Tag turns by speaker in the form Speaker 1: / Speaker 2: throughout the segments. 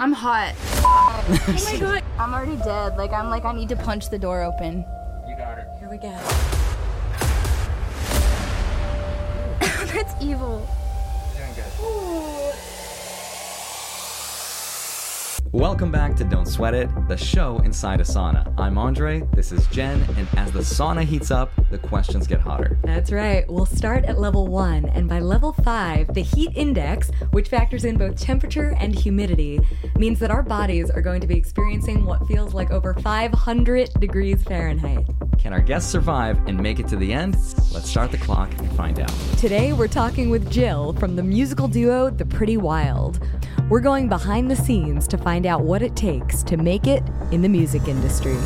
Speaker 1: I'm hot. oh my god. I'm already dead. Like I'm like I need to punch the door open.
Speaker 2: You got it.
Speaker 1: Here we go. That's evil.
Speaker 2: You're doing good.
Speaker 3: Welcome back to Don't Sweat It, the show inside a sauna. I'm Andre, this is Jen, and as the sauna heats up, the questions get hotter.
Speaker 4: That's right. We'll start at level one, and by level five, the heat index, which factors in both temperature and humidity, means that our bodies are going to be experiencing what feels like over 500 degrees Fahrenheit.
Speaker 3: Can our guests survive and make it to the end? Let's start the clock and find out.
Speaker 4: Today, we're talking with Jill from the musical duo The Pretty Wild. We're going behind the scenes to find out what it takes to make it in the music industry.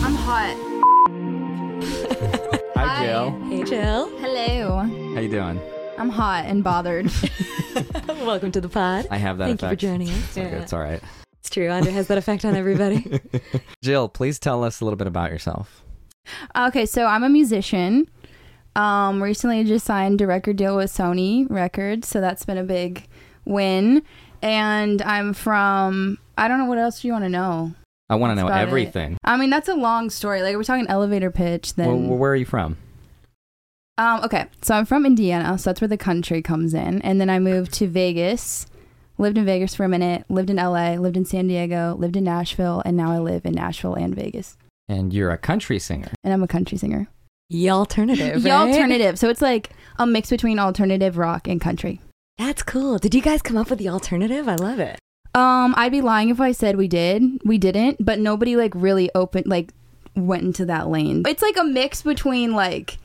Speaker 1: I'm hot. Hi. Jill.
Speaker 4: Hey, Jill.
Speaker 1: Hello.
Speaker 3: How you doing?
Speaker 1: I'm hot and bothered.
Speaker 4: Welcome to the pod.
Speaker 3: I have that
Speaker 4: Thank you for
Speaker 3: effect.
Speaker 4: joining us.
Speaker 3: It's, all good,
Speaker 4: Yeah.
Speaker 3: it's all right.
Speaker 4: It's true. Andre has that effect on everybody.
Speaker 3: Jill, please tell us a little bit about yourself.
Speaker 1: okay, so I'm a musician. Um recently just signed a record deal with Sony Records, so that's been a big win. And I'm from I don't know what else do you want to know.
Speaker 3: I want to
Speaker 1: That's
Speaker 3: know
Speaker 1: about it.
Speaker 3: everything.
Speaker 1: I mean, that's a long story. Like we're talking elevator pitch then.
Speaker 3: Well, where are you from?
Speaker 1: Um, okay, so I'm from Indiana, so that's where the country comes in. And then I moved to Vegas, lived in Vegas for a minute, lived in LA, lived in San Diego, lived in Nashville, and now I live in Nashville and Vegas.
Speaker 3: And you're a country singer.
Speaker 1: And I'm a country singer.
Speaker 4: The alternative.
Speaker 1: The
Speaker 4: right?
Speaker 1: alternative. So it's like a mix between alternative rock and country.
Speaker 4: That's cool. Did you guys come up with the alternative? I love it.
Speaker 1: Um, I'd be lying if I said we did. We didn't, but nobody like really opened like went into that lane. It's like a mix between like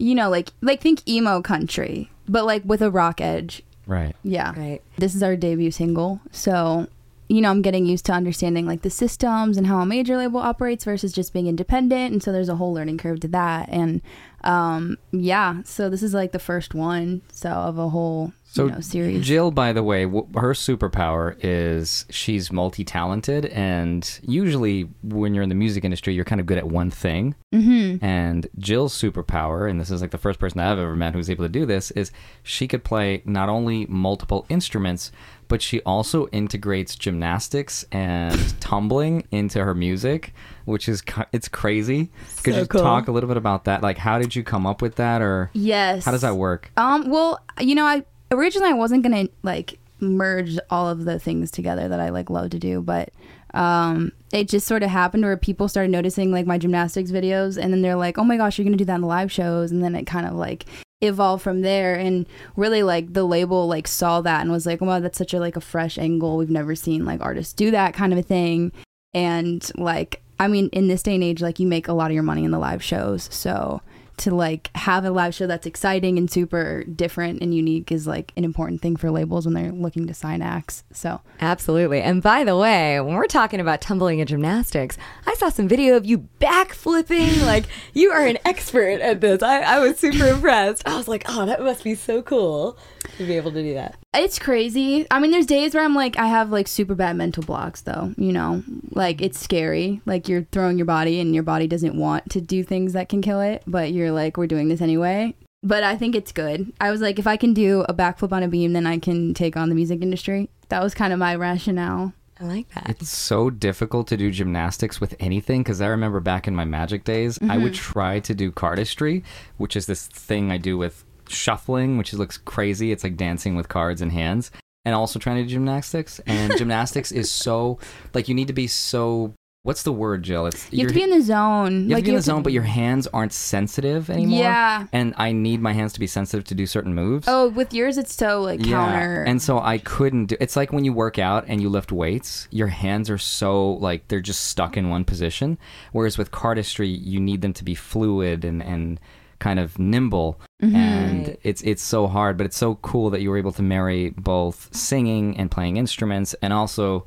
Speaker 1: you know, like like think emo country, but like with a rock edge.
Speaker 3: Right.
Speaker 1: Yeah.
Speaker 4: Right.
Speaker 1: this is our debut single so you know i'm getting used to understanding like the systems and how a major label operates versus just being independent and so there's a whole learning curve to that and um yeah so this is like the first one so of a whole
Speaker 3: So
Speaker 1: you know series
Speaker 3: Jill, by the way, w- her superpower is she's multi-talented, and usually when you're in the music industry, you're kind of good at one thing. Mm-hmm. And Jill's superpower, and this is like the first person I've ever met who's able to do this, is she could play not only multiple instruments, but she also integrates gymnastics and tumbling into her music, which is ki- it's crazy. Could
Speaker 4: So
Speaker 3: you
Speaker 4: cool.
Speaker 3: talk a little bit about that? Like, how did you come up with that, or
Speaker 1: yes
Speaker 3: how does that work?
Speaker 1: Um, well, you know, I originally I wasn't gonna like merge all of the things together that I like love to do, but um, it just sort of happened where people started noticing like my gymnastics videos, and then they're like, "Oh my gosh, you're gonna do that in the live shows," and then it kind of like evolved from there and really like the label like saw that and was like wow that's such a like a fresh angle we've never seen like artists do that kind of a thing and like i mean in this day and age like you make a lot of your money in the live shows so to like have a live show that's exciting and super different and unique is like an important thing for labels when they're looking to sign acts so
Speaker 4: Absolutely. And by the way, when we're talking about tumbling and gymnastics, I saw some video of you backflipping. like, you are an expert at this. I, I was super impressed. I was like, oh, that must be so cool to be able to do that.
Speaker 1: it's crazy i mean there's days where i'm like i have like super bad mental blocks though you know like it's scary like you're throwing your body and your body doesn't want to do things that can kill it but you're like we're doing this anyway but i think it's good i was like if i can do a backflip on a beam then i can take on the music industry that was kind of my rationale
Speaker 4: I like that.
Speaker 3: It's so difficult to do gymnastics with anything because I remember back in my magic days, I would
Speaker 1: Mm-hmm.
Speaker 3: try to do cardistry, which is this thing I do with shuffling, which looks crazy. It's like dancing with cards and hands, and also trying to do gymnastics. And gymnastics is so like you need to be so what's the word, Jill? It's
Speaker 1: you have
Speaker 3: your-
Speaker 1: to be in the zone
Speaker 3: you have
Speaker 1: like
Speaker 3: to be in the zone, but your hands aren't sensitive anymore.
Speaker 1: Yeah.
Speaker 3: and I need my hands to be sensitive to do certain moves.
Speaker 1: oh with yours it's so like counter
Speaker 3: And so I couldn't do it's like when you work out and you lift weights, your hands are so like they're just stuck in one position. Whereas with cardistry, you need them to be fluid and, and kind of nimble.
Speaker 1: Mm-hmm.
Speaker 3: And
Speaker 4: Right.
Speaker 3: it's it's so hard, but it's so cool that you were able to marry both singing and playing instruments and also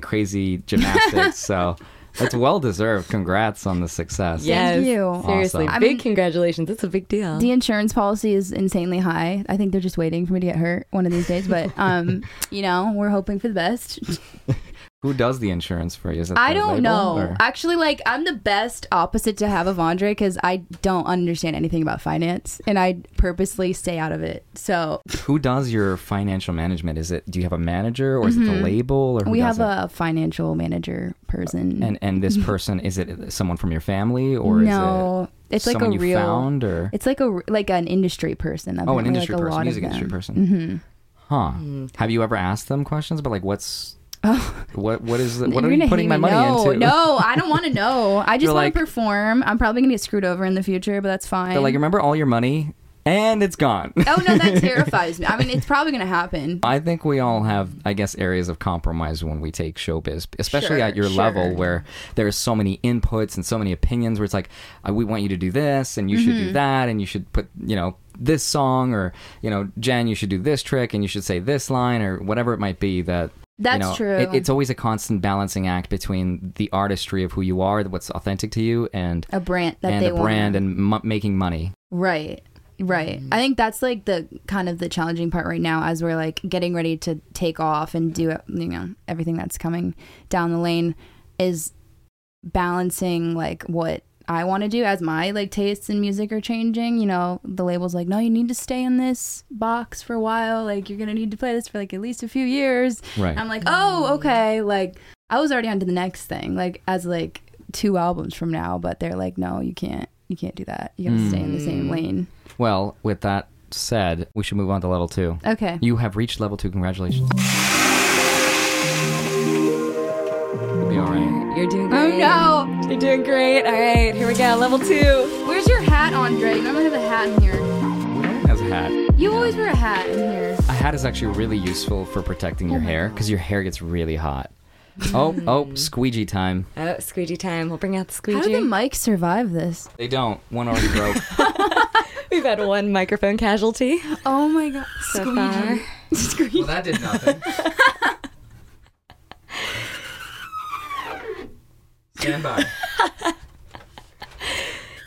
Speaker 3: crazy gymnastics. so that's well deserved. Congrats on the success.
Speaker 1: Thank you.
Speaker 4: Seriously,
Speaker 3: Awesome.
Speaker 4: big
Speaker 1: I mean-
Speaker 4: congratulations. It's a big deal.
Speaker 1: The insurance policy is insanely high. I think they're just waiting for me to get hurt one of these days, but um, you know, we're hoping for the best.
Speaker 3: Who does the insurance for you? Is it
Speaker 1: I
Speaker 3: the
Speaker 1: don't
Speaker 3: label,
Speaker 1: know.
Speaker 3: or-
Speaker 1: Actually, like I'm the best opposite to have of Andre because I don't understand anything about finance, and I purposely stay out of it. So
Speaker 3: Who does your financial management? Is it do you have a manager or is it the label or who
Speaker 1: Mm-hmm. we
Speaker 3: does
Speaker 1: have
Speaker 3: it?
Speaker 1: a financial manager person.
Speaker 3: and and this person is it someone from your family or
Speaker 1: no,
Speaker 3: is it
Speaker 1: it's like a
Speaker 3: someone you
Speaker 1: real.
Speaker 3: found or
Speaker 1: It's like a like an industry person.
Speaker 3: oh an
Speaker 1: apparently,
Speaker 3: industry
Speaker 1: like a
Speaker 3: person
Speaker 1: lot
Speaker 3: music
Speaker 1: of them. Mm-hmm.
Speaker 3: industry person huh have you ever asked them questions about like what's what what is the, what
Speaker 1: Oh. You're
Speaker 3: are you
Speaker 1: gonna
Speaker 3: putting
Speaker 1: hate
Speaker 3: my
Speaker 1: me.
Speaker 3: money
Speaker 1: no,
Speaker 3: into
Speaker 1: No, I don't want to know. I just
Speaker 3: You're
Speaker 1: want
Speaker 3: like-
Speaker 1: to perform. I'm probably gonna get screwed over in the future, but that's fine.
Speaker 3: They're like remember all your money and it's gone
Speaker 1: oh no, that terrifies me. I mean, it's probably gonna happen.
Speaker 3: I think we all have, I guess, areas of compromise when we take showbiz, especially
Speaker 1: Sure,
Speaker 3: at your
Speaker 1: sure.
Speaker 3: level where there's so many inputs and so many opinions where it's like, uh, we want you to do this and you should
Speaker 1: Mm-hmm.
Speaker 3: do that and you should put, you know, this song or, you know, Jen, you should do this trick and you should say this line or whatever it might be that. you
Speaker 1: That's
Speaker 3: know,
Speaker 1: true.
Speaker 3: it- it's always a constant balancing act between the artistry of who you are, what's authentic to you, and
Speaker 1: a brand that
Speaker 3: and
Speaker 1: they
Speaker 3: the
Speaker 1: want.
Speaker 3: brand and mo- making money.
Speaker 1: Right. Right. I think that's like the kind of the challenging part right now as we're like getting ready to take off and do you know everything that's coming down the lane is balancing like what I want to do as my like tastes in music are changing, you know, the label's like no you need to stay in this box for a while, like you're going to need to play this for like at least a few years.
Speaker 3: Right.
Speaker 1: I'm like, "Oh, okay." Like I was already on to the next thing, like as like two albums from now, but they're like, "No, you can't. You can't do that. You got to stay in the same lane."
Speaker 3: well, with that said, we should move on to level two.
Speaker 1: Okay.
Speaker 3: You have reached level two. Congratulations. You'll be all right.
Speaker 4: You're doing
Speaker 1: Oh
Speaker 4: great.
Speaker 1: no!
Speaker 4: You're doing great. All right, here we go. Level two.
Speaker 1: Where's your hat, Andre? You normally have a hat in here.
Speaker 3: Everyone has a hat.
Speaker 1: You always wear a hat in here.
Speaker 3: A hat is actually really useful for protecting your hair because your hair gets really hot. Oh, oh, squeegee time.
Speaker 4: Oh, squeegee time. We'll bring out the
Speaker 1: How
Speaker 4: squeegee.
Speaker 1: did the mic survive this?
Speaker 3: They don't. One already broke.
Speaker 4: We've had one microphone casualty
Speaker 1: Oh my god!
Speaker 4: so far.
Speaker 3: well, that did nothing. Stand by.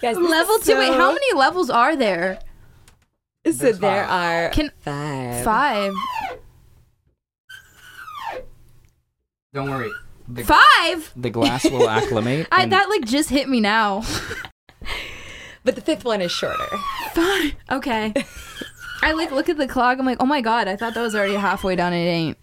Speaker 4: Guys, this
Speaker 1: Level
Speaker 4: is
Speaker 1: two. Wait,
Speaker 4: so-
Speaker 1: how many levels are there?
Speaker 4: So there are
Speaker 1: Can
Speaker 4: five.
Speaker 1: five?
Speaker 3: Don't worry. The,
Speaker 1: Five?
Speaker 3: the glass will acclimate.
Speaker 1: I,
Speaker 3: and-
Speaker 1: that like just hit me now.
Speaker 4: But the fifth one is shorter.
Speaker 1: Okay. I like look at the clock. I'm like, oh my god! I thought that was already halfway done. It ain't.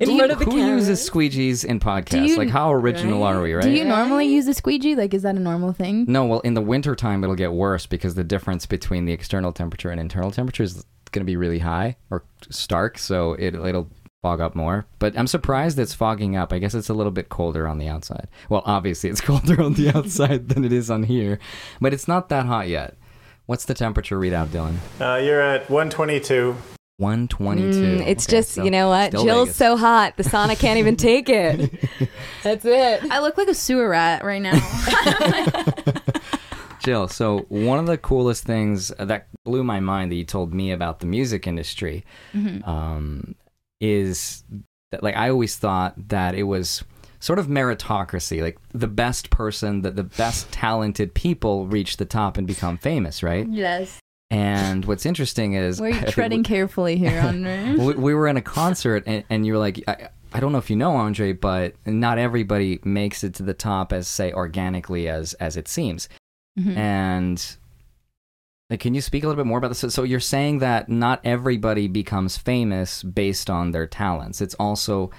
Speaker 4: In
Speaker 3: who
Speaker 4: front of the
Speaker 3: who
Speaker 4: camera.
Speaker 3: uses squeegees in podcasts?
Speaker 1: you-
Speaker 3: like, how original
Speaker 4: Right?
Speaker 3: are we, right?
Speaker 1: Do you normally use a squeegee? Like, is that a normal thing?
Speaker 3: No, well, in the wintertime, it'll get worse because the difference between the external temperature and internal temperature is going to be really high or stark, so it, it'll fog up more. But I'm surprised it's fogging up. I guess it's a little bit colder on the outside. Well, obviously, it's colder on the outside than it is on here, but it's not that hot yet. What's the temperature readout, Dylan?
Speaker 2: Uh, you're at 122.
Speaker 3: 122.
Speaker 4: Mm, it's
Speaker 3: Okay,
Speaker 4: just,
Speaker 3: so
Speaker 4: you know what?
Speaker 3: still
Speaker 4: Jill's
Speaker 3: Vegas.
Speaker 4: so hot, the sauna can't even take it. That's it.
Speaker 1: I look like a sewer rat right now.
Speaker 3: Jill, so one of the coolest things that blew my mind that you told me about the music industry um, is that, like, I always thought that it was sort of meritocracy. Like, the best person, that the best talented people reach the top and become famous, right?
Speaker 1: yes.
Speaker 3: And what's interesting is I
Speaker 1: We're
Speaker 3: think
Speaker 1: treading carefully here, Andre.
Speaker 3: we, we were in a concert and, and you were like I, I don't know if you know andre but not everybody makes it to the top as say organically as as it seems
Speaker 1: Mm. Mm-hmm.
Speaker 3: and like, can you speak a little bit more about this so, so you're saying that not everybody becomes famous based on their talents it's also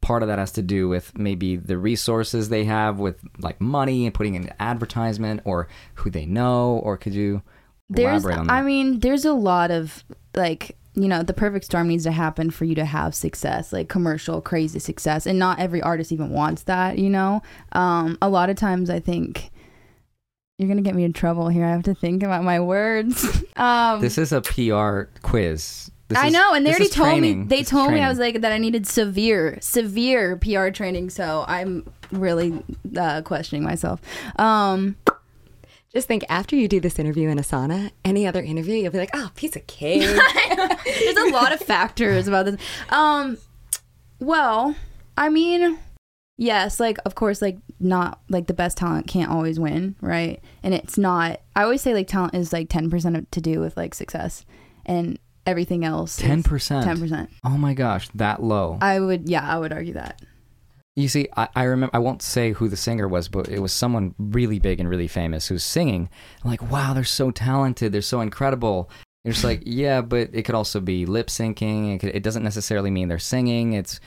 Speaker 3: part of that has to do with maybe the resources they have with like money and putting in advertisement or who they know or could you
Speaker 1: there's,
Speaker 3: elaborate on that
Speaker 1: I mean, there's a lot of like, you know, the perfect storm needs to happen for you to have success, like commercial, crazy success, and not every artist even wants that. You know, um, a lot of times I think you're gonna get me in trouble here. I have to think about my words. um,
Speaker 3: This is a PR quiz. This
Speaker 1: I
Speaker 3: is-
Speaker 1: know, and they
Speaker 3: this
Speaker 1: already
Speaker 3: is
Speaker 1: told me.
Speaker 3: training.
Speaker 1: They
Speaker 3: This is
Speaker 1: told me
Speaker 3: training.
Speaker 1: I was like that. I needed severe, severe PR training. So I'm really uh, questioning myself. Um,
Speaker 4: Just think after you do this interview in a sauna, any other interview, you'll be like, oh, piece of cake.
Speaker 1: there's a lot of factors about this. Um, well, I mean, yes, like of course, like not like the best talent can't always win, right? And it's not. I always say like talent is like ten percent to do with like success, and everything else.
Speaker 3: 10%.
Speaker 1: Ten percent.
Speaker 3: Oh my gosh, that low.
Speaker 1: I would, yeah, I would argue that.
Speaker 3: You see, I, I remember, I won't say who the singer was, but it was someone really big and really famous who's singing. I'm like, wow, they're so talented. They're so incredible. You're just like, yeah, but it could also be lip syncing. It, could, it doesn't necessarily mean they're singing. It's,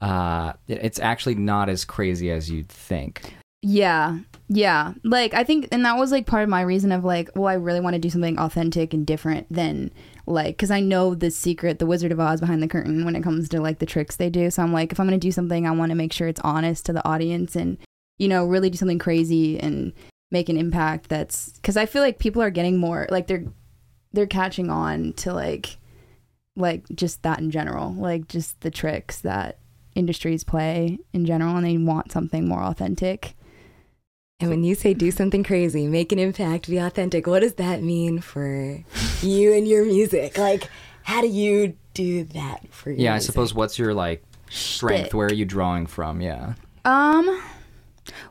Speaker 3: uh, it- it's actually not as crazy as you'd think.
Speaker 1: Yeah. Yeah. Like I think and that was like part of my reason of like, well, I really want to do something authentic and different than like cuz I know the secret, the Wizard of Oz behind the curtain when it comes to like the tricks they do. So I'm like, if I'm going to do something, I want to make sure it's honest to the audience and you know, really do something crazy and make an impact that's cuz I feel like people are getting more like they're they're catching on to like like just that in general, like just the tricks that industries play in general and they want something more authentic.
Speaker 4: And when you say do something crazy, make an impact, be authentic, what does that mean for you and your music? Like, how do you do that for your
Speaker 3: Yeah, I
Speaker 4: music?
Speaker 3: suppose what's your like strength?
Speaker 1: Shtick.
Speaker 3: Where are you drawing from? Yeah.
Speaker 1: Um,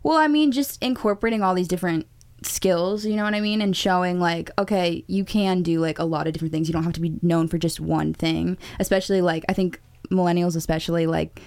Speaker 1: well, I mean, just incorporating all these different skills, you know what I mean? And showing, like, okay, you can do like a lot of different things. You don't have to be known for just one thing, especially like, I think millennials, especially, like,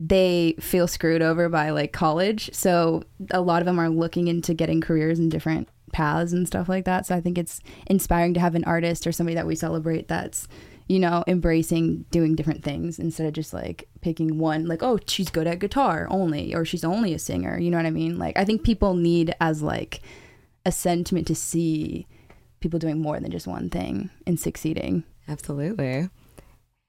Speaker 1: they feel screwed over by like college. So a lot of them are looking into getting careers in different paths and stuff like that. So I think it's inspiring to have an artist or somebody that we celebrate that's, you know, embracing doing different things instead of just like picking one, like, oh, she's good at guitar only, or she's only a singer. You know what I mean? Like, I think people need as like a sentiment to see people doing more than just one thing and succeeding.
Speaker 4: Absolutely.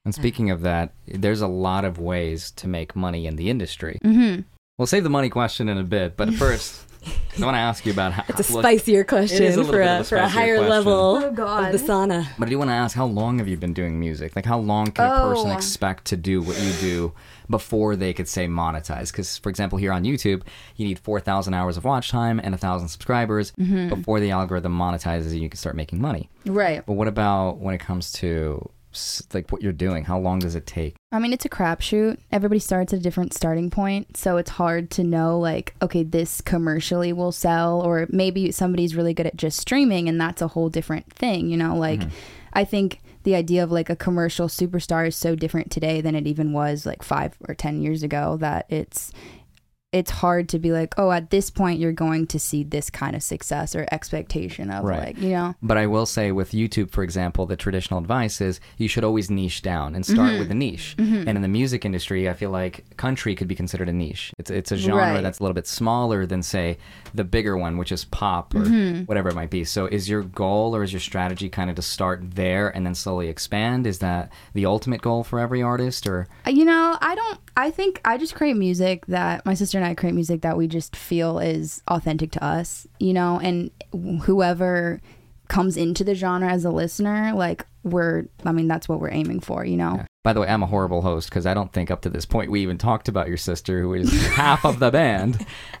Speaker 3: And speaking of that, there's a lot of ways to make money in the industry.
Speaker 1: Mm-hmm.
Speaker 3: We'll save the money question in a bit, but first, I want to ask you about how.
Speaker 4: It's a
Speaker 3: well,
Speaker 4: spicier question
Speaker 3: little
Speaker 4: for,
Speaker 3: bit
Speaker 4: a,
Speaker 3: of a
Speaker 4: for a
Speaker 3: spicier
Speaker 4: higher
Speaker 3: question.
Speaker 4: level
Speaker 1: Oh, God.
Speaker 4: of the sauna.
Speaker 3: But I do want to ask, how long have you been doing music? Like, how long can a person
Speaker 1: Oh.
Speaker 3: expect to do what you do before they could say monetize? Because, for example, here on YouTube, you need 4,000 hours of watch time and 1,000 subscribers before the algorithm monetizes and you can start making money.
Speaker 1: Right.
Speaker 3: But what about when it comes to s- like what you're doing? How long does it take?
Speaker 1: I mean, it's a crapshoot. Everybody starts at a different starting point, so it's hard to know, like, okay, this commercially will sell, or maybe somebody's really good at just streaming, and that's a whole different thing, you know? Like, I think the idea of like a commercial superstar is so different today than it even was like five or 10 years ago that it's. It's hard to be like, oh, at this point you're going to see this kind of success or expectation of
Speaker 3: Right.
Speaker 1: like, you know,
Speaker 3: But I will say with YouTube, for example, the traditional advice is you should always niche down and start with a niche. And in the music industry, I feel like country could be considered a niche. It's, it's a genre
Speaker 1: Right.
Speaker 3: that's a little bit smaller than, say, the bigger one, which is pop or whatever it might be. So is your goal or is your strategy kind of to start there and then slowly expand? Is that the ultimate goal for every artist? Or
Speaker 1: You know, I don't. I think I just create music that my sister and I create music that we just feel is authentic to us. You know, and whoever comes into the genre as a listener, like we're. I mean, that's what we're aiming for. You know.
Speaker 3: By the way, I'm a horrible host because I don't think up to this point we even talked about your sister, who is half of the band.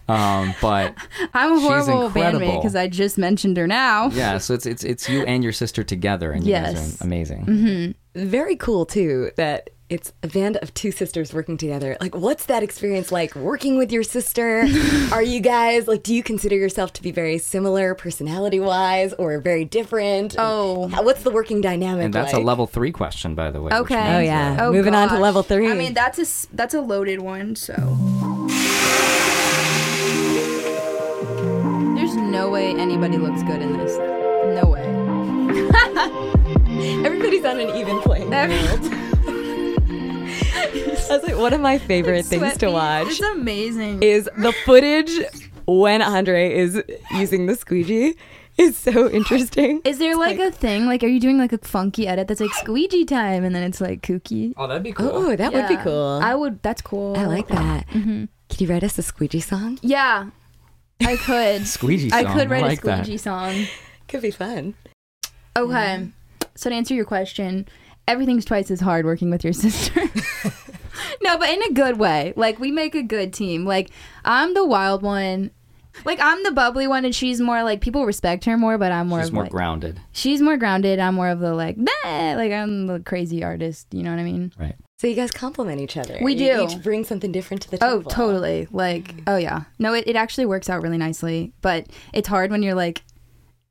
Speaker 3: Um, but
Speaker 1: I'm a
Speaker 3: She's
Speaker 1: horrible bandmate
Speaker 3: incredible.
Speaker 1: because I just mentioned her now.
Speaker 3: yeah, so it's it's it's you and your sister together, and you guys
Speaker 1: Yes. Mm-hmm.
Speaker 3: are amazing.
Speaker 4: Very cool, too, that it's a band of two sisters working together. Like, what's that experience like working with your sister? Are you guys, like, do you consider yourself to be very similar personality wise or very different? And
Speaker 1: Oh.
Speaker 4: how- what's the working dynamic
Speaker 3: And that's a
Speaker 4: like?
Speaker 3: level three question, by the way. which
Speaker 1: Okay.
Speaker 3: means,
Speaker 4: Oh, yeah.
Speaker 3: uh,
Speaker 4: Oh, Moving on to level three.
Speaker 1: I mean, that's a s- that's a loaded one. So. There's no way anybody looks good in this. No way.
Speaker 4: Everybody's on an even plane.
Speaker 1: Every-
Speaker 4: That's like one of my favorite things
Speaker 1: Sweat
Speaker 4: to
Speaker 1: beads.
Speaker 4: watch
Speaker 1: It's amazing.
Speaker 4: is the footage when Andre is using the squeegee. Is so interesting.
Speaker 1: Is there like, a thing? Like, are you doing like a funky edit that's like squeegee time, and then it's like kooky?
Speaker 3: Oh, that'd be cool.
Speaker 4: Oh, that would be
Speaker 1: Yeah.
Speaker 4: cool.
Speaker 1: I would. That's cool.
Speaker 4: I like that.
Speaker 1: Mm-hmm.
Speaker 4: Could you write us a squeegee song?
Speaker 1: Yeah, I could.
Speaker 3: Squeegee
Speaker 1: I
Speaker 3: song.
Speaker 1: could write
Speaker 3: like
Speaker 1: a squeegee song.
Speaker 4: Could be fun.
Speaker 1: Okay. So to answer your question, everything's twice as hard working with your sister. no, but in a good way. Like we make a good team. Like I'm the wild one. Like I'm the bubbly one, and she's more like people respect her more, but I'm more
Speaker 3: That. She's
Speaker 1: of
Speaker 3: more
Speaker 1: like,
Speaker 3: grounded,
Speaker 1: she's more grounded. I'm more of the like, "Nah," like I'm the crazy artist. You know what I mean?
Speaker 3: right?
Speaker 4: So you guys complement each other.
Speaker 1: We
Speaker 4: You
Speaker 1: do.
Speaker 4: Each bring something different to the
Speaker 1: Oh,
Speaker 4: table.
Speaker 1: totally. Like, oh yeah. No, it, it actually works out really nicely, but it's hard when you're like,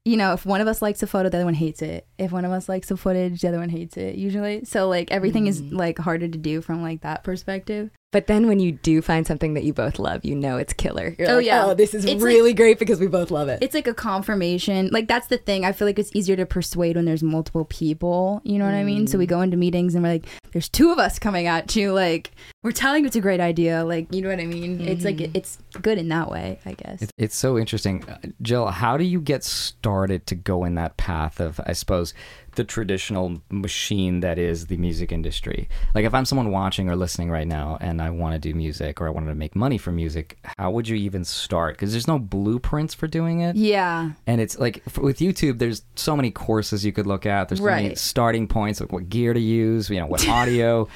Speaker 1: you know, if one of us likes a photo, the other one hates it. If one of us likes the footage, the other one hates it. Usually, so like everything is like harder to do from like that perspective.
Speaker 4: But then when you do find something that you both love, you know it's killer. You're
Speaker 1: Oh,
Speaker 4: like,
Speaker 1: yeah.
Speaker 4: Oh, this is
Speaker 1: It's
Speaker 4: really great because we both love it.
Speaker 1: It's like a confirmation. Like that's the thing. I feel like it's easier to persuade when there's multiple people. You know what I mean? So we go into meetings and we're like, "There's two of us coming at you. Like we're telling you it's a great idea. Like you know what I mean? It's like it's good in that way, I guess.
Speaker 3: It's, it's so interesting. Uh, Jill, how do you get started to go in that path of, I suppose, the traditional machine that is the music industry? Like, if I'm someone watching or listening right now and I want to do music or I wanted to make money from music, how would you even start? Because there's no blueprints for doing it.
Speaker 1: yeah.
Speaker 3: And it's like f with YouTube, there's so many courses you could look at. There's so many
Speaker 1: Right.
Speaker 3: starting points, like what gear to use, you know, what audio.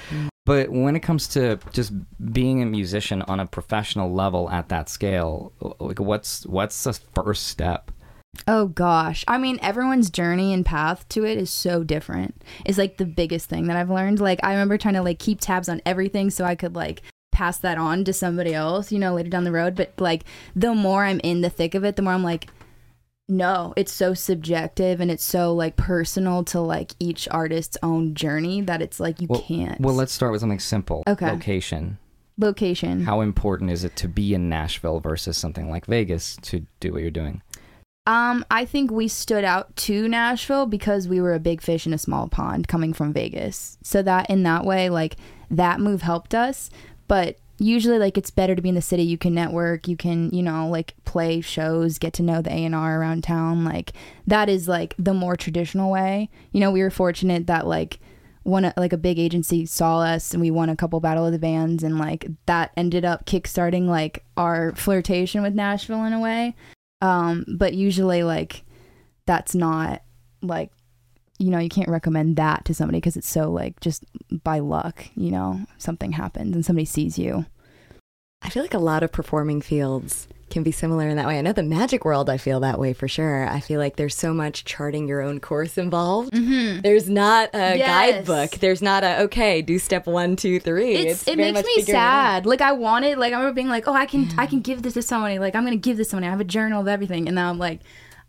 Speaker 3: but when it comes to just being a musician on a professional level at that scale, like what's what's the first step?
Speaker 1: Oh gosh. I mean, everyone's journey and path to it is so different. It's like the biggest thing that I've learned. Like I remember trying to like keep tabs on everything so I could like pass that on to somebody else, you know, later down the road, but like the more I'm in the thick of it, the more I'm like no, it's so subjective and it's so like personal to like each artist's own journey that it's like you
Speaker 3: Well,
Speaker 1: can't.
Speaker 3: Well, let's start with something simple.
Speaker 1: Okay. Mm.
Speaker 3: Location.
Speaker 1: location.
Speaker 3: How important is it to be in Nashville versus something like Vegas to do what you're doing?
Speaker 1: Um, I think we stood out to Nashville because we were a big fish in a small pond coming from Vegas. So that in that way, like that move helped us. But usually, like it's better to be in the city. You can network. You can, you know, like play shows, get to know the A and R around town. Like that is like the more traditional way. You know, we were fortunate that like one like a big agency saw us and we won a couple battle of the bands and like that ended up kickstarting like our flirtation with Nashville in a way um but usually like that's not like you know you can't recommend that to somebody because it's so like just by luck you know something happens and somebody sees you
Speaker 4: I feel like a lot of performing fields can be similar in that way. I know the magic world, I feel that way for sure. I feel like there's so much charting your own course involved.
Speaker 1: mm-hmm.
Speaker 4: There's not a
Speaker 1: Yes.
Speaker 4: guidebook. There's not a, okay, do step one, two, three.
Speaker 1: it's, it
Speaker 4: very
Speaker 1: makes
Speaker 4: much
Speaker 1: me
Speaker 4: figuring out.
Speaker 1: sad like i wanted like i remember being like oh i can i can give this to somebody like i'm gonna give this to somebody i have a journal of everything and now i'm like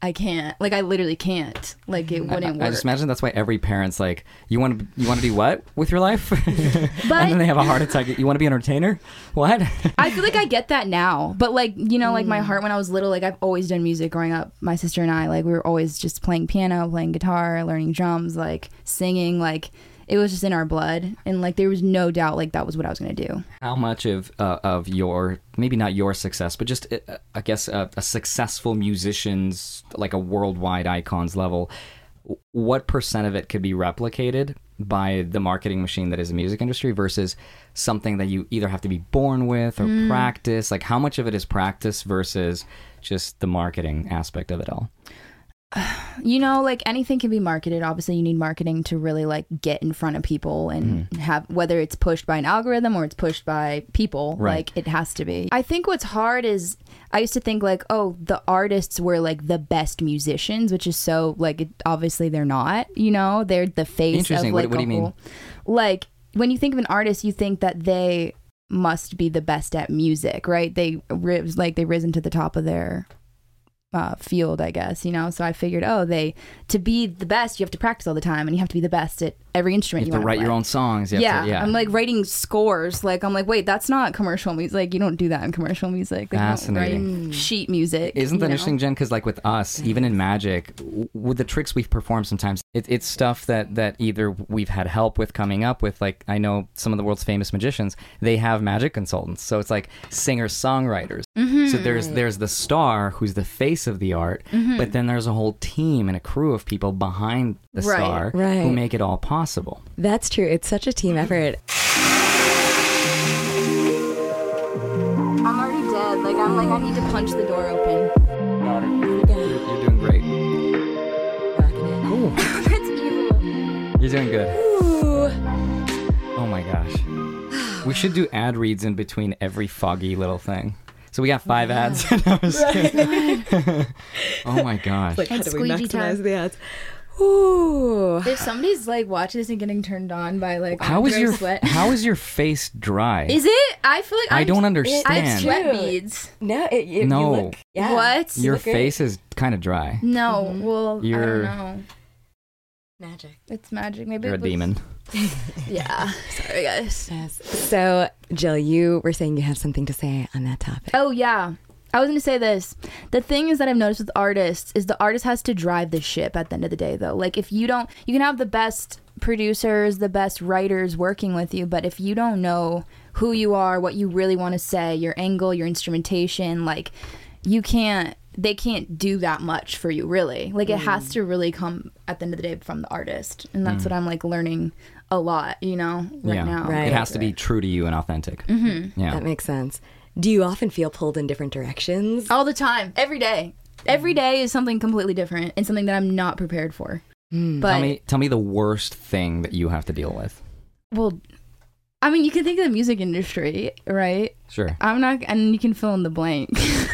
Speaker 1: i can't like i literally can't like it
Speaker 3: I,
Speaker 1: wouldn't work
Speaker 3: I just imagine that's why every parent's like, you want to you want to do what with your life?
Speaker 1: But-
Speaker 3: and then they have a heart attack. You want to be an entertainer? What?
Speaker 1: I feel like I get that now, but like you know, like my heart when I was little, like I've always done music growing up. My sister and I, like we were always just playing piano, playing guitar, learning drums, like singing, like it was just in our blood, and like there was no doubt, like that was what I was gonna do.
Speaker 3: how much of uh, of your maybe not your success, but just uh, I guess uh, a successful musician's like a worldwide icons level, w- what percent of it could be replicated by the marketing machine that is the music industry versus something that you either have to be born with or
Speaker 1: Mm.
Speaker 3: practice? Like how much of it is practice versus just the marketing aspect of it all?
Speaker 1: You know, like anything can be marketed. Obviously, you need marketing to really like get in front of people and
Speaker 3: Mm-hmm.
Speaker 1: have whether it's pushed by an algorithm or it's pushed by people,
Speaker 3: Right.
Speaker 1: like it has to be. I think what's hard is I used to think like, oh, the artists were like the best musicians, which is so like it, obviously they're not. You know, they're the face
Speaker 3: Interesting.
Speaker 1: of
Speaker 3: What-
Speaker 1: like
Speaker 3: what do
Speaker 1: a
Speaker 3: you mean?
Speaker 1: whole- like when you think of an artist, you think that they must be the best at music, right? They ribs like they risen to the top of their uh, field, I guess, you know. So I figured, oh, they to be the best, you have to practice all the time, and you have to be the best at every instrument.
Speaker 3: You
Speaker 1: You,
Speaker 3: have to
Speaker 1: wanna
Speaker 3: write
Speaker 1: play.
Speaker 3: your own songs. You have
Speaker 1: yeah,
Speaker 3: to, yeah.
Speaker 1: I'm like writing scores. Like I'm like, wait, that's not commercial music. Like you don't do that in commercial music. Like, you don't write
Speaker 3: Fascinating.
Speaker 1: sheet music. you
Speaker 3: Isn't that
Speaker 1: know?
Speaker 3: interesting, Jen? Because like with us, even in magic, w- with the tricks we've performed, sometimes it, it's stuff that that either we've had help with coming up with. Like I know some of the world's famous magicians, they have magic consultants, so it's like singer songwriters. So there's there's the star who's the face of the art, but then there's a whole team and a crew of people behind the
Speaker 1: Right,
Speaker 3: star
Speaker 4: right.
Speaker 3: who make it all possible.
Speaker 4: That's true. It's such a team effort.
Speaker 1: Mm-hmm. I'm already dead. Like I'm like I need to punch the door open.
Speaker 3: You're doing great. Cool.
Speaker 1: that's evil.
Speaker 3: You're doing good. Oh my gosh. We should do ad reads in between every foggy little thing. So we got five ads. No, I'm just kidding. oh my gosh.
Speaker 4: Like, how
Speaker 1: It's
Speaker 4: do we
Speaker 1: squeegee time.
Speaker 4: maximize the ads? Ooh.
Speaker 1: If somebody's like watching this and getting turned on by like
Speaker 3: how is
Speaker 1: Andre's
Speaker 3: your
Speaker 1: sweat?
Speaker 3: how is your face dry?
Speaker 1: Is it? I feel like
Speaker 3: I
Speaker 1: I'm-
Speaker 3: don't
Speaker 1: I have
Speaker 3: understand.
Speaker 1: sweat
Speaker 4: Dude.
Speaker 1: beads.
Speaker 4: No, it, you- you
Speaker 3: No.
Speaker 4: look- yeah.
Speaker 1: What?
Speaker 3: your
Speaker 4: look great.
Speaker 3: face is kind of dry.
Speaker 1: No, well, I
Speaker 3: You're-
Speaker 1: don't know.
Speaker 4: Magic.
Speaker 1: It's magic. Maybe
Speaker 3: You're a
Speaker 1: it was-
Speaker 3: demon.
Speaker 1: Yeah. Sorry, guys.
Speaker 4: Yes. So, Jill, you were saying you had something to say on that topic.
Speaker 1: Oh yeah. I was going to say this. The thing is that I've noticed with artists is the artist has to drive the ship at the end of the day though. Like if you don't you can have the best producers, the best writers working with you, but if you don't know who you are, what you really want to say, your angle, your instrumentation, like you can't they can't do that much for you really. Like it has to really come at the end of the day from the artist. And that's what I'm like learning a lot, you know, right
Speaker 3: yeah.
Speaker 1: now.
Speaker 4: Right.
Speaker 3: It has to be true to you and authentic. Mm-hmm. Yeah.
Speaker 4: That makes sense. Do you often feel pulled in different directions?
Speaker 1: all the time every day every day is something completely different and something that i'm not prepared for
Speaker 4: Hmm.
Speaker 1: but
Speaker 3: tell me, tell me the worst thing that you have to deal with.
Speaker 1: well i mean you can think of the music industry right
Speaker 3: Sure.
Speaker 1: i'm not and you can fill in the blank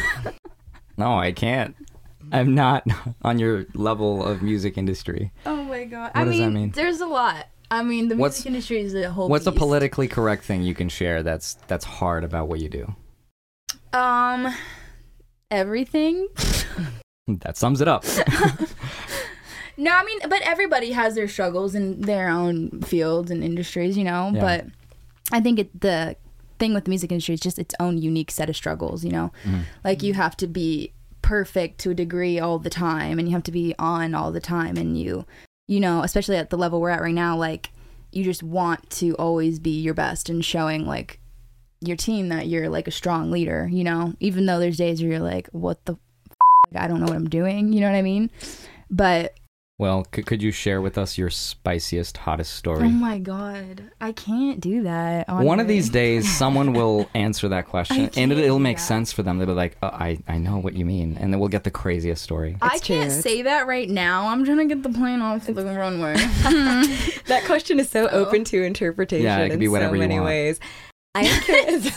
Speaker 3: No, I can't. I'm not on your level of music industry.
Speaker 1: oh my god
Speaker 3: What does that mean?
Speaker 1: there's a lot i mean the
Speaker 3: What's-
Speaker 1: music industry is a whole
Speaker 3: What's a
Speaker 1: beast.
Speaker 3: politically correct thing you can share that's that's hard about what you do?
Speaker 1: um everything
Speaker 3: That sums it up.
Speaker 1: no i mean but everybody has their struggles in their own fields and industries you know
Speaker 3: Yeah.
Speaker 1: but i think it the thing with the music industry is just its own unique set of struggles you know like you have to be perfect to a degree all the time and you have to be on all the time and you you know especially at the level we're at right now like you just want to always be your best and showing like your team that you're like a strong leader you know even though there's days where you're like what the f-? Like, i don't know what i'm doing you know what i mean but
Speaker 3: well, c- could you share with us your spiciest, hottest
Speaker 1: Oh
Speaker 3: story?
Speaker 1: my god, I can't do that.
Speaker 3: One of
Speaker 1: honestly.
Speaker 3: these days, someone will answer that question, and it,
Speaker 1: can't
Speaker 3: it'll
Speaker 1: do
Speaker 3: make
Speaker 1: that.
Speaker 3: sense for them. They'll be like, oh, "I I know what you mean," and then we'll get the craziest story.
Speaker 1: I
Speaker 4: It's true,
Speaker 1: can't
Speaker 4: it's-
Speaker 1: say that right now. I'm trying to get the plane off the runway.
Speaker 4: that question is so open to interpretation
Speaker 3: Yeah, it could
Speaker 4: in
Speaker 3: be whatever
Speaker 4: so
Speaker 3: you
Speaker 4: many
Speaker 3: want.
Speaker 4: ways. I am curious.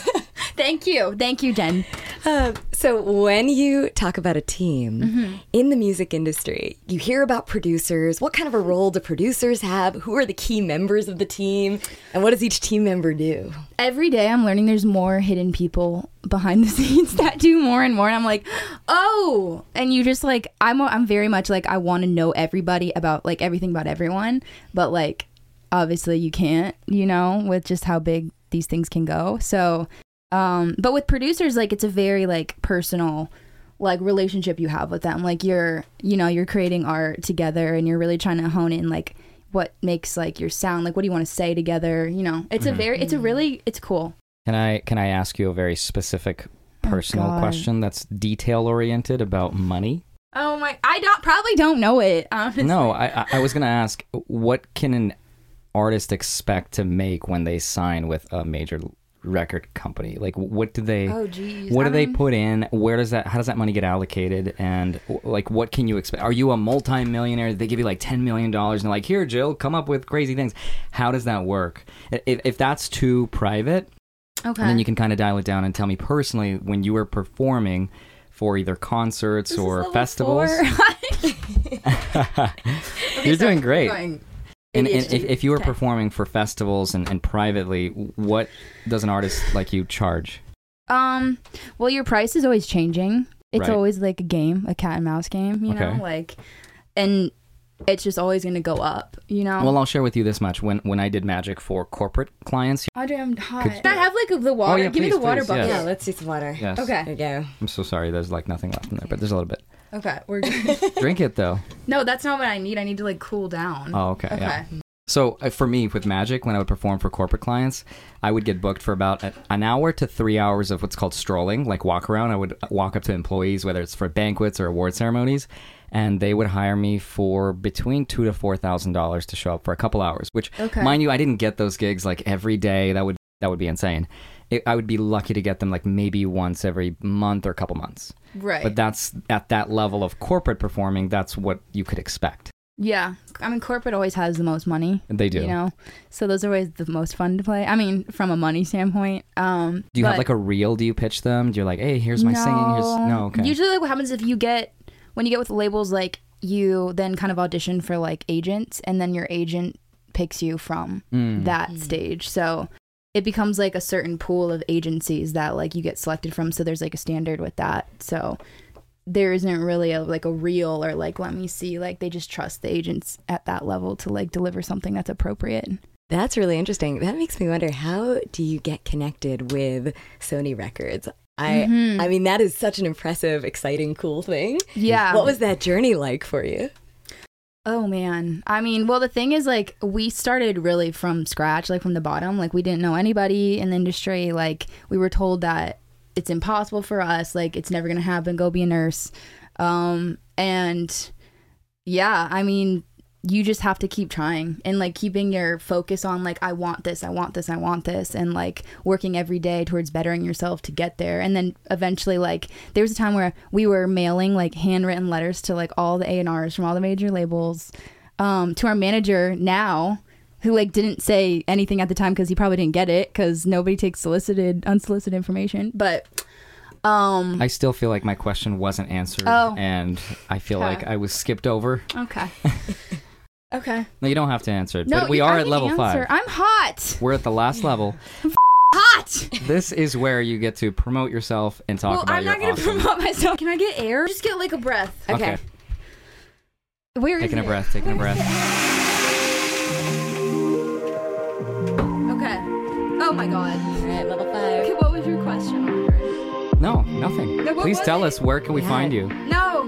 Speaker 1: Thank you, thank you, Jen.
Speaker 4: um, so, when you talk about a team in the music industry, you hear about producers. What kind of a role do producers have? Who are the key members of the team? And what does each team member do?
Speaker 1: Every day, I'm learning there's more hidden people behind the scenes that do more and more, and I'm like, oh. And you just like, I'm I'm very much like I want to know everybody about like everything about everyone, but like obviously you can't, you know, with just how big these things can go. So, um, but with producers, like it's a very like personal like relationship you have with them like you're you know you're creating art together and you're really trying to hone in like what makes like your sound like what do you want to say together you know it's
Speaker 3: Mm-hmm.
Speaker 1: a very it's a really it's cool
Speaker 3: Can I can I ask you a very specific personal
Speaker 1: Oh, God.
Speaker 3: question that's detail oriented about money?
Speaker 1: oh my i don't probably don't know it honestly.
Speaker 3: No, I I- I was gonna ask what can an artist expect to make when they sign with a major record company? Like, what do they?
Speaker 1: oh geez
Speaker 3: What
Speaker 1: I
Speaker 3: do they
Speaker 1: mean,
Speaker 3: put in? Where does that? How does that money get allocated? And w- like, what can you expect? Are you a multimillionaire? They give you like ten million dollars and they're like, here, Jill, come up with crazy things. How does that work? I- If, if that's too private,
Speaker 1: okay
Speaker 3: and then you can kind of dial it down and tell me personally when you were performing for either concerts or festivals. You're doing great. And, and if, if you were performing for festivals and, and privately, what does an artist like you charge?
Speaker 1: Um, well, your price is always changing. It's
Speaker 3: Right.
Speaker 1: always like a game, a cat and mouse game, you
Speaker 3: Okay.
Speaker 1: know, like, and it's just always going to go up, you know.
Speaker 3: Well, I'll share with you this much. When when I did magic for corporate clients,
Speaker 1: Audrey, I'm hot.
Speaker 3: Could- Oh,
Speaker 1: Can I have like the water?
Speaker 3: yeah,
Speaker 1: Give me
Speaker 3: please,
Speaker 1: the water
Speaker 3: please,
Speaker 1: bucket.
Speaker 3: yes.
Speaker 4: Yeah, let's do some water.
Speaker 3: yes.
Speaker 1: Okay.
Speaker 4: There you go.
Speaker 3: I'm so sorry. There's like nothing left in there, but there's a little bit.
Speaker 1: Okay, we're good.
Speaker 3: Drink it though.
Speaker 1: no, that's not what I need. I need to like cool down.
Speaker 3: Oh, okay.
Speaker 1: okay.
Speaker 3: Yeah. So uh, for me, with magic, when I would perform for corporate clients, I would get booked for about a- an hour to three hours of what's called strolling, like walk around. I would uh, walk up to employees, whether it's for banquets or award ceremonies, and they would hire me for between two to four thousand dollars to show up for a couple hours. Which,
Speaker 1: Okay.
Speaker 3: mind you, I didn't get those gigs like every day. That would that would be insane. It, I would be lucky to get them like maybe once every month or a couple months.
Speaker 1: Right.
Speaker 3: But that's at that level of corporate performing. That's what you could expect.
Speaker 1: yeah. I mean, corporate always has the most money.
Speaker 3: They do.
Speaker 1: You know, so those are always the most fun to play. I mean, from a money standpoint. Um,
Speaker 3: Do you have
Speaker 1: but-
Speaker 3: like a reel? Do you pitch them? Do you like, hey, here's my singing. Here's no. Okay.
Speaker 1: Usually, like, what happens if you get when you get with labels, like you then kind of audition for like agents, and then your agent picks you from
Speaker 3: Mm.
Speaker 1: that stage. So it becomes like a certain pool of agencies that like you get selected from. So there's like a standard with that. So there isn't really a like a real or like let me see like they just trust the agents at that level to like deliver something that's appropriate.
Speaker 4: That's really interesting. That makes me wonder how do you get connected with Sony Records? I I mean that is such an impressive, exciting, cool thing.
Speaker 1: Yeah.
Speaker 4: What was that journey like for you?
Speaker 1: Oh man. I mean, well the thing is like we started really from scratch, like from the bottom. Like we didn't know anybody in the industry. Like we were told that it's impossible for us, like it's never going to happen. Go be a nurse. Um and yeah, I mean, you just have to keep trying and like keeping your focus on like I want this, I want this, I want this and like working every day towards bettering yourself to get there. And then eventually like there was a time where we were mailing like handwritten letters to like all the A&Rs from all the major labels um to our manager now who like didn't say anything at the time cuz he probably didn't get it cuz nobody takes solicited unsolicited information, but um
Speaker 3: I still feel like my question wasn't answered,
Speaker 1: Oh.
Speaker 3: and I feel
Speaker 1: Okay.
Speaker 3: like I was skipped over.
Speaker 1: okay. okay.
Speaker 3: No, you don't have to answer it,
Speaker 1: No,
Speaker 3: but we
Speaker 1: you-
Speaker 3: are
Speaker 1: I
Speaker 3: at
Speaker 1: can
Speaker 3: level
Speaker 1: answer.
Speaker 3: five.
Speaker 1: I'm hot.
Speaker 3: We're at the last level.
Speaker 1: Hot.
Speaker 3: This is where you get to promote yourself and talk
Speaker 1: Well,
Speaker 3: about
Speaker 1: I'm
Speaker 3: your
Speaker 1: not gonna
Speaker 3: awesome-
Speaker 1: promote myself. Can I get air? Just get like a breath.
Speaker 3: Okay.
Speaker 4: Okay.
Speaker 1: Where is
Speaker 3: Taking a
Speaker 1: it?
Speaker 3: breath, taking a breath.
Speaker 1: Okay. Oh my god.
Speaker 4: All right, level five.
Speaker 1: Okay, what was your question? Audrey?
Speaker 3: No, nothing.
Speaker 1: No, what
Speaker 3: Please
Speaker 1: was
Speaker 3: tell
Speaker 1: it?
Speaker 3: us where can we
Speaker 4: Yeah.
Speaker 3: find you?
Speaker 1: No.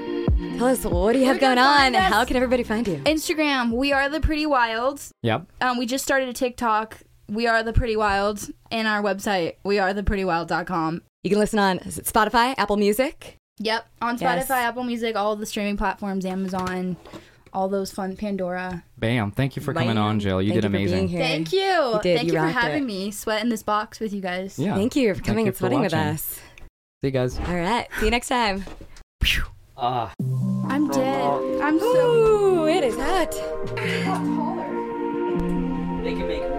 Speaker 4: Tell us what do you have
Speaker 1: Where
Speaker 4: going
Speaker 1: can I
Speaker 4: on?
Speaker 1: find us?
Speaker 4: How can everybody find you?
Speaker 1: Instagram. We are the Pretty Wilds.
Speaker 3: Yep.
Speaker 1: Um, we just started a TikTok. We are the Pretty Wilds, and our website we are theprettywilds.com.
Speaker 4: You can listen on is it Spotify, Apple Music.
Speaker 1: Yep, on Spotify,
Speaker 4: Yes.
Speaker 1: Apple Music, all the streaming platforms, Amazon, all those fun Pandora.
Speaker 3: Bam. Thank you for coming
Speaker 4: Bam.
Speaker 3: on, Jill. You
Speaker 4: Thank
Speaker 3: did
Speaker 4: you for being
Speaker 3: amazing.
Speaker 4: here.
Speaker 1: Thank you.
Speaker 4: did,
Speaker 1: Thank
Speaker 4: you
Speaker 1: you, for
Speaker 4: rocked
Speaker 1: having
Speaker 4: it.
Speaker 1: me. Sweat in this box with you guys.
Speaker 3: Yeah.
Speaker 4: Thank you for coming
Speaker 3: you
Speaker 4: and
Speaker 3: for
Speaker 4: sweating with
Speaker 3: watching.
Speaker 4: us.
Speaker 3: See you guys.
Speaker 4: All right. See you next time.
Speaker 3: Ah.
Speaker 1: I'm dead. I'm so
Speaker 4: Ooh, it is hot.
Speaker 1: hot.
Speaker 5: They can make